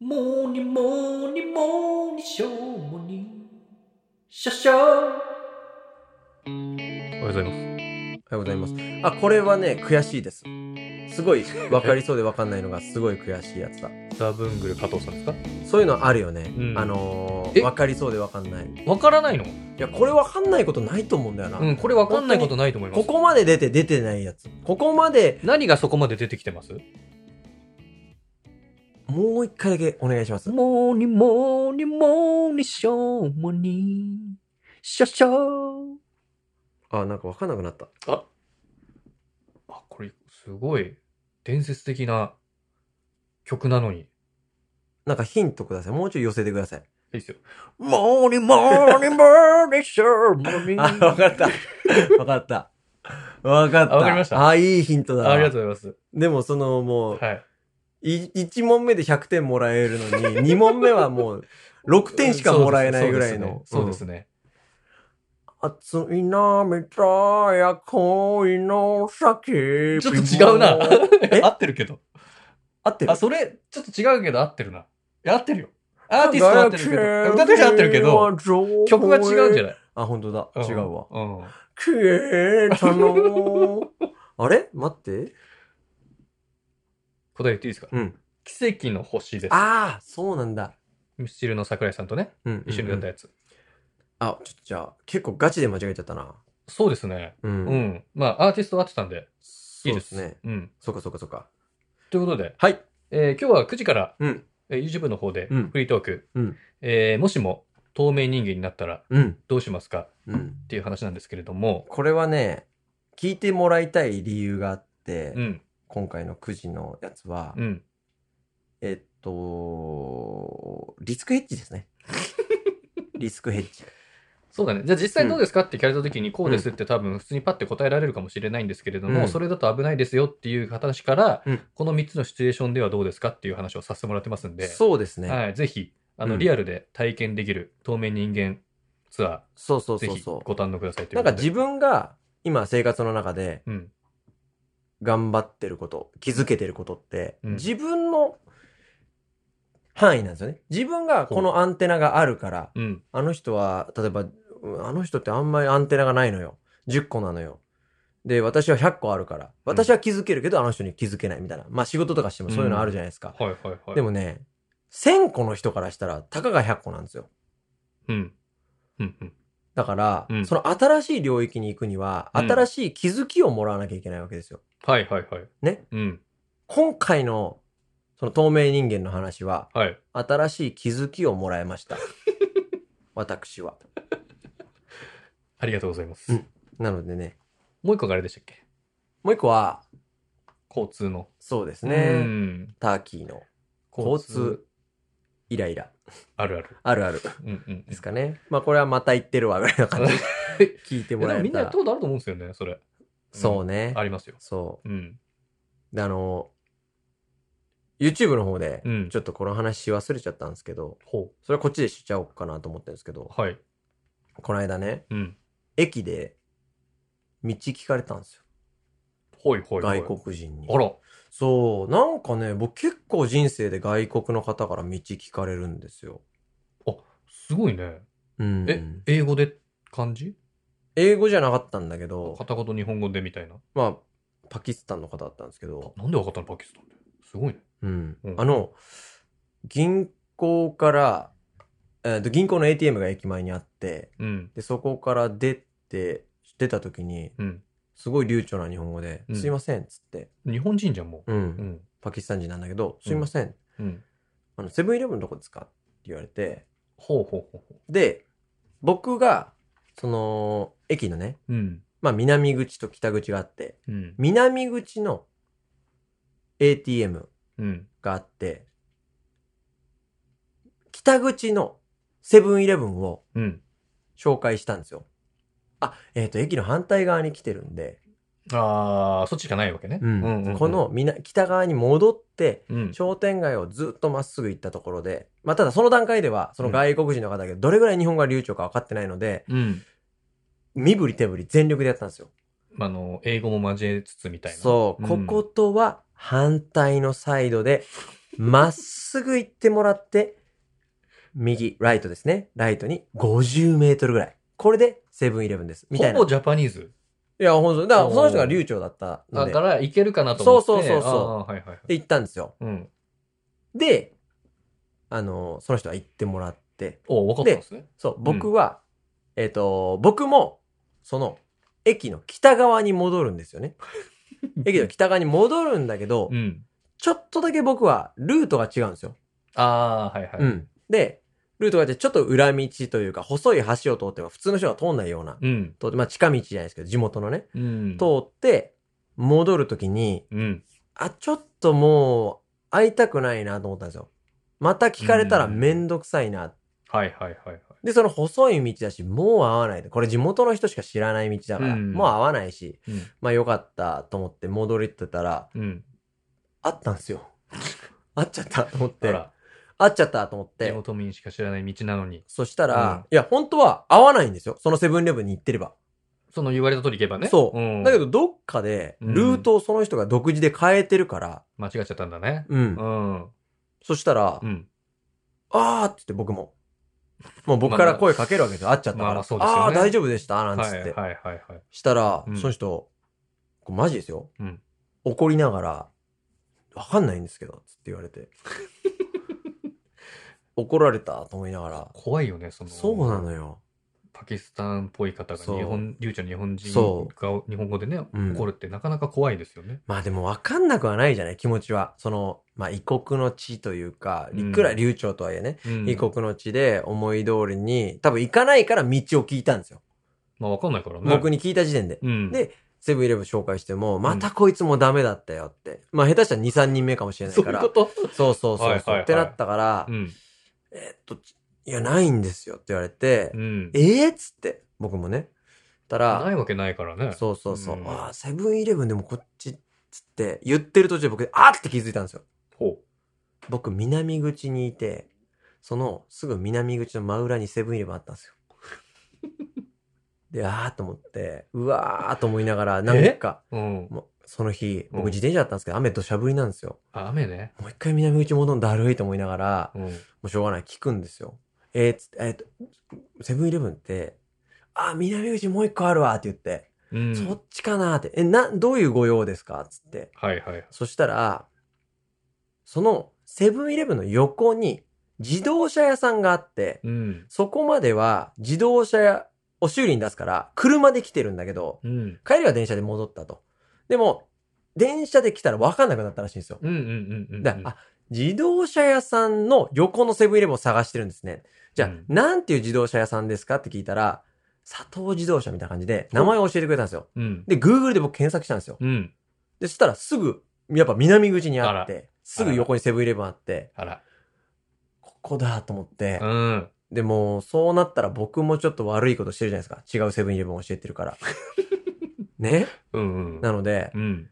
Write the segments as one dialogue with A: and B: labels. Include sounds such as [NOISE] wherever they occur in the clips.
A: モーニーモーニーモーニーショーモーニーシャシャー
B: おはようございます。
C: おはようございます。あ、これはね、悔しいです。すごい、分かりそうで分かんないのが、すごい悔しいやつだ。
B: ダブングル加藤さんですか
C: そういうのあるよね。
B: うん
C: あの
B: え
C: ー、分かりそうで分かんない。い
B: わからないの
C: や、これ分かんないことないと思うんだよな。
B: うん、これわかんないことないと思います。
C: ここまで出て出てないやつ。ここまで、
B: 何がそこまで出てきてます
C: もう一回だけお願いします。
A: モーニーモーニーモーニーショーモーニーシャシャー
C: あ、なんか分かんなくなった。
B: あ、これ、すごい、伝説的な曲なのに。いい
C: なんかヒントください。もうちょい寄せてください。
B: ですよ。
A: モーニーモーニーモーニーショーモー
B: [LAUGHS]
A: ニ
C: あ、
A: ー
C: 分かった。分かった。分かった。
B: あ分かりました
C: あ、いいヒントだ。
B: あありがとうござい [LAUGHS]
C: でも、その、もう
B: ま、す。はい。
C: い1問目で100点もらえるの
B: [LAUGHS]
C: に、2問目はもう6点しかもらえないぐらいの。
B: そうですね。
C: うん。熱い涙や恋の叫びも
B: ちょっと違うな。
C: え
B: 合ってるけど。
C: 合ってる
B: あ、それ、ちょっと違うけど合ってるな。いや合ってるよ。アーティストは合ってるけど、歌ってる人は合ってるけど、、曲が違うんじゃ
C: ない
B: ない
C: あ、本当だ。
B: ん
C: 違うわ。
B: うん。
C: 消え
B: [LAUGHS]
C: たの。あれ待って。
B: 答え言っていいですか
C: うん。
B: 奇跡の星です。
C: ああ、そうなんだ。
B: ミスチルの桜井さんとね、
C: うん。
B: 一緒に歌った
C: よ。
B: やつ。
C: あ、ちょっとじゃあ、結構ガチで間違えちゃったな。
B: そうですね。
C: う。
B: うんん。まあ、アーティストは合ってたんで、い
C: そ
B: いうで。
C: ですすね。
B: うん。
C: そうかそうかそうか。
B: ということで、
C: はい。
B: えー今日は9時から、
C: うん
B: えー YouTube の方で
C: うん
B: フリートーク、
C: うん
B: えーもしも透明人間になったら
C: うん。
B: どうしますか
C: うん。
B: っていう話なんですけれども、
C: これはね、聞いてもらいたい理由があって、
B: うん、
C: 今回のくじのやつは、
B: うん。
C: えっと、リスクヘッジで
B: [LAUGHS]
C: すね。リスクヘッジ。
B: そうだね。じゃあ実際どうですかって聞かれた時にこうですって多分普通にパッて答えられるかもしれないんですけれども、
C: うん
B: それだと危ないですよっていう話から、
C: うん
B: この3つのシチュエーションではどうですかっていう話をさせてもらってますんで、
C: そうですね。
B: はい、ぜひ、あの、
C: うん
B: リアルで体験できる透明人間ツア
C: そうそう
B: ー、ぜ
C: そう
B: ひ
C: そ
B: ご堪能くださいと
C: う。
B: い
C: な
B: うんこ
C: か
B: とで。
C: 自分が今生活の中で
B: うん。
C: 頑張ってること、気づけてることって、
B: うん
C: 自分の範囲なんですよね。自分がこのアンテナがあるから、
B: うん。
C: あの人は、例えば、うんあの人ってあんまりアンテナがないのよ。10個なのよ。で、私は100個あるから。私は気づけるけど、あの人に気づけないみたいな。まあ仕事とかしてもそういうのあるじゃないですか。
B: はいはいはい。
C: で、もね、1000個の人からしたら、たかが100個なんですよ。
B: うん。うんうん。
C: だから、
B: うん
C: その新しい領域に行くには、
B: うん
C: 新しい気づきをもらわなきゃいけないわけですよ。
B: はいはいはい。
C: ね。
B: うん。
C: 今回の、その透明人間の話は、
B: はい。
C: 新しい気づきをもらい
B: [LAUGHS]
C: ました。私は。
B: ありがとうございます。
C: うんなのでね、
B: もう一個があれでしたっけ
C: もう一個は、
B: 交通の。
C: そうです
B: う
C: ね、
B: ん。
C: ターキーの
B: 交
C: 交
B: 通。
C: 通イライラ。
B: あるある。
C: あるある。
B: うんうん。
C: ですかね。まあこれはまた言ってるわぐらいの感じで
B: [LAUGHS]
C: 聞いて
B: いやで
C: もら
B: も
C: え
B: みんなや
C: た
B: っ
C: ら
B: た。ことあると思うんですよね、それ。
C: そう
B: ね。
C: ね
B: あ。りますよ。
C: そ
B: うん。
C: う。であの、YouTube の方で
B: う、ん
C: ちょ。っとこの話し忘れちゃったんですけど、
B: ほ
C: それはこっちでしちゃおうかなと思ってるんですけど、
B: う。はい。
C: この間ね、
B: うん。
C: 駅で、道聞かれたんですよ。
B: ほいほいほい。
C: 外国人に。
B: あら。
C: そう、なんかね、僕結構人生で外国の方から道聞かれるんですよ。
B: すごいね。
C: うん。
B: え、英語で漢字
C: 英語じゃなかったんだけど、
B: 片言日本語でみたいな。
C: まあ、パキスタンの方だったんですけど、
B: なんでわかったのパキスタンで。すごいね。
C: うん
B: うん
C: あの、銀行から、えーと銀行の ATM が駅前にあって、
B: うん。
C: で、そこから出て、出た時に、
B: うん。
C: すごい流暢な日本語で、
B: うん
C: すいません、っつって、
B: 日本人じゃん、も
C: うん、
B: う。うん。
C: パキスタン人なんだけど、すいません、
B: うん。
C: あの、セブンイレブンどこですかって言われて、
B: ほうほうほうほ
C: で、僕が、その、駅のね、
B: う。うん。
C: まあ、南口と北口があって、
B: うん。
C: 南口の ATM
B: うん。
C: があって、北口のセブンイレブンを
B: うん。
C: 紹介したんですよ。あ、えっ、と、駅の反対側に来てるんで、
B: あー、そっちしかないわけね。うんうん
C: こ、のみな北側に戻って、
B: うん。
C: 商店街をずっとまっすぐ行ったところで、まあ、ただその段階では、その外国人の方だけど、どれぐらい日本語が流暢か分かってないので、
B: うん。
C: 身振り手振り全力でやったんですよ。
B: あの、英語も交えつつみたいな。
C: そう、
B: うん
C: こことは反対のサイドで、まっすぐ行ってもらって、右、ライトですね。ライトに50メートルぐらい。これでセブンイレブンです。みたいな。
B: ほぼジャパニーズ。
C: いや、本当に。だから、その人が流暢だったの
B: だ
C: で
B: か、ら、いけるかなと思って。
C: そうそうそうそう
B: あーはいはいはい。
C: で、行ったんですよ。
B: うん。
C: で、あの、その人は行ってもらって、
B: お分かったんですね。
C: そう、僕は、えっ、と、僕も、その、駅の北側に戻るんですよね。駅の北側に戻るんだけど、
B: うん。
C: ちょっとだけ僕は、ルートが違うんですよ。
B: ああ、はいはい。
C: うん。で、ルートが違って、ちょっと裏道というか、細い橋を通っては、普通の人が通んないような、
B: うん。
C: 通って、まあ、近道じゃないですけど、地元のね、
B: うん。
C: 通って、戻るときに、
B: うん。
C: あ、ちょっともう、会いたくないなと思ったんですよ。また聞かれたらめんどくさいな。
B: はいはいはいはい。
C: で、その細い道だし、もう会わないで。これ地元の人しか知らない道だから、
B: うん
C: もう会わないし、
B: うん。
C: まあよかったと思って戻りってたら、
B: うん。
C: 会ったんで
B: [LAUGHS]
C: すよ。会っちゃったと思っ
B: ほ
C: て。
B: ら、
C: 会っちゃったと思っ
B: 地
C: て。
B: 元民しか知らない道なのに、
C: そしたら、
B: うん
C: いや、本当は会わないんですよ。そのセブンイレブンに行ってれば。
B: その言われた通り行けばね。
C: そう、
B: ん
C: だけど、どっかで、ルートをその人が独自で変えてるから、
B: 間違っちゃったんだね。
C: うん。
B: うん。
C: そしたら、
B: うん。
C: あーって言って僕も。もう僕から声かけるわけですよ。会っちゃったから。
B: まあまあそうですよね
C: あー大丈夫でしたなん
B: はい
C: つっ
B: は
C: て。
B: いはいはい。
C: したら、
B: うん
C: その人、これマジですよ。
B: うん
C: 怒りながら、わかんないんですけど、つって言われ
B: [LAUGHS]
C: て。怒られたと思いながら。
B: 怖いよね、その。
C: そうなのよ。
B: パキスタンっぽい方が日
C: そう
B: 本、流暢に日本人
C: そ
B: が日本語でね、
C: うん
B: 怒るってなかなか怖いですよね。
C: まあでもわかんなくはないじゃない、気持ちは。その、まあ異国の地というか、いくら流暢とはいえね、
B: うん
C: 異国の地で思い通りに、多分行かないから道を聞いたんですよ。
B: まあわかんないからね。
C: 僕に聞いた時点で。
B: うん。
C: でセブンイレブン紹介しても、またこいつもダメだったよって。まあ下手したら2、3人目かもしれない
B: そう
C: か
B: いう
C: ら。
B: こと
C: そうそうそうそう。
B: はいはいはい
C: ってなったから、
B: うん。
C: えーっと、ちいや、ないんですよって言われて、
B: うん。
C: えーっつって、僕もね。た
B: な
C: ら、
B: いわけないからね。
C: そうそうそう、
B: うん
C: あーセブンイレブンでもこっちっつって、言ってる途中で僕、あーって気づいたんですよ。
B: ほ
C: 僕、南口にいて、その、すぐ南口の真裏にセブンイレブンあった
B: [LAUGHS]
C: んですよ。で、あーと思って、うわーと思いながら、なんか、
B: う。うん。
C: もうその日、
B: うん
C: 僕自転車だったんですけど、雨土砂降りなんですよ。
B: あ雨ね。
C: もう一回南口戻るのだるいと思いながら、も
B: うん。
C: うしょうがない、聞くんですよ。えー、つって、えーっと、セブンイレブンって、あ、南口もう一個あるわって言って、
B: うん。
C: そっちかなって、え、な、どういうご用ですかつって。
B: はいはい。
C: そしたら、そのセブンイレブンの横に自動車屋さんがあって、
B: うん。
C: そこまでは自動車を修理に出すから、車で来てるんだけど、
B: うん。
C: 帰りは電車で戻ったと。でも、電車で来たら分かんなくなったらしいんですよ。
B: うんうんうんうん。
C: だからあ、自動車屋さんの横のセブンイレブンを探してるんですね。じゃあ、
B: うん
C: なんていう自動車屋さんですかって聞いたら、佐藤自動車みたいな感じで、名前を教えてくれたんですよ。
B: うん。
C: で、Google で僕検索したんですよ。
B: うん。
C: で、そしたらすぐ、やっぱ南口にあっ
B: あ
C: て、すぐ横にセブンイレブンあって、
B: あら。
C: ここだと思って
B: う、ん。
C: でも、そうなったら僕もちょっと悪いことしてるじゃないですか。違うセブンイレブンを教えて
B: [LAUGHS]
C: るから。ね
B: うんうん。
C: なので
B: う、ん。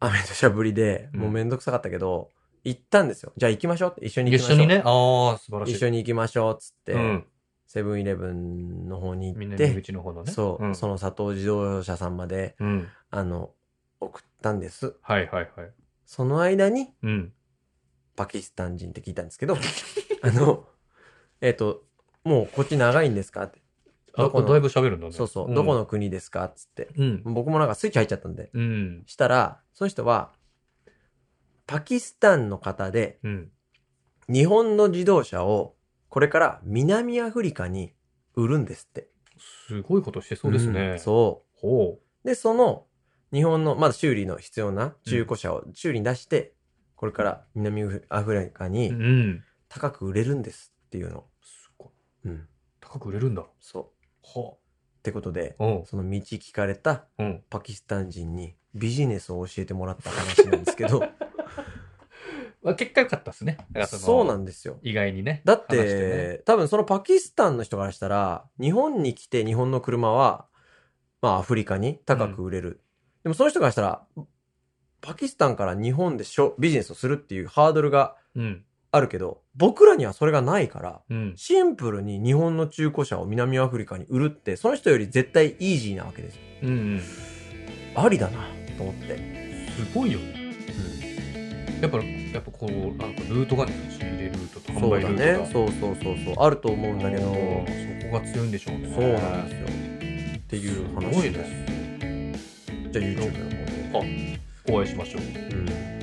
C: 雨としゃぶりで、
B: うん
C: もうめんどくさかったけど、行ったんですよ。じゃあ行きましょうって、一緒に行
B: 一
C: きま
B: 緒
C: しょう。
B: にね。ああ、素晴らしい。
C: 一緒に行きましょうっつって、
B: うん。
C: セブンイレブンの方に行っ
B: 南
C: て、
B: 口の方のね。
C: そう、
B: ん
C: その佐藤自動車さんまで、
B: うん。
C: あの、送ったんです。
B: はいはいはい。
C: その間に、
B: うん。
C: パキスタン人って聞いたんですけど、 [LAUGHS] あの、えっ、と、もうこっち長いんですかって。
B: あ、
C: ど
B: こ
C: こ
B: れ
C: の
B: だいぶ喋るんだね。
C: そうそう、
B: ん
C: どこの国ですかっつって。
B: うん。
C: 僕もなんかスイッチ入っちゃったんで。
B: うん。
C: したら、その人は、パキスタンの方で、
B: うん。
C: 日本の自動車をこれから南アフリカに売るんですって。
B: すごいことしてそうです
C: うん
B: ね。
C: そ
B: ほ
C: う。で、その日本のまだ修理の必要な中古車を修理に出して、これから南アフリカ
B: う。う
C: に
B: ん。
C: 高く売れるんですっていうの。
B: すごい。
C: うん。
B: 高く売れるんだ。
C: そう。
B: は
C: ってことで、
B: あ。うん。
C: その道聞かれた
B: うん。
C: パキスタン人にビジネスを教えてもらった話なんですけど、
B: まあ、結果良かったですね。だからの
C: そうなんですよ。
B: 意外にね。
C: だっ
B: 話
C: て、
B: して
C: 多分そのパキスタンの人からしたら、日本に来て日本の車は、まあアフリカに高く売れる。でもその人からしたら、パキスタンから日本でしょビジネスをするっていうハードルが
B: ね。
C: あるけど、僕らにはそれがないから、
B: うん。うん。
C: シンプルに日本の中古車を南アフリカに売るって、その人より絶対イージーなわけですよ。
B: うんうん。す
C: ありだな、と思って。
B: ごいよね。
C: うん
B: やっぱ、やっぱこう、なんかルートがね、仕入れルートと販
C: そう
B: 売ル
C: だ
B: ート
C: ね
B: が。
C: そうそうそうそうあると思うんだけど
B: そこが強いんでしょうね。
C: そうなんですよっていう
B: すごい
C: 話です
B: ね
C: じゃあ YouTube の方で
B: お会いしましょう。
C: うん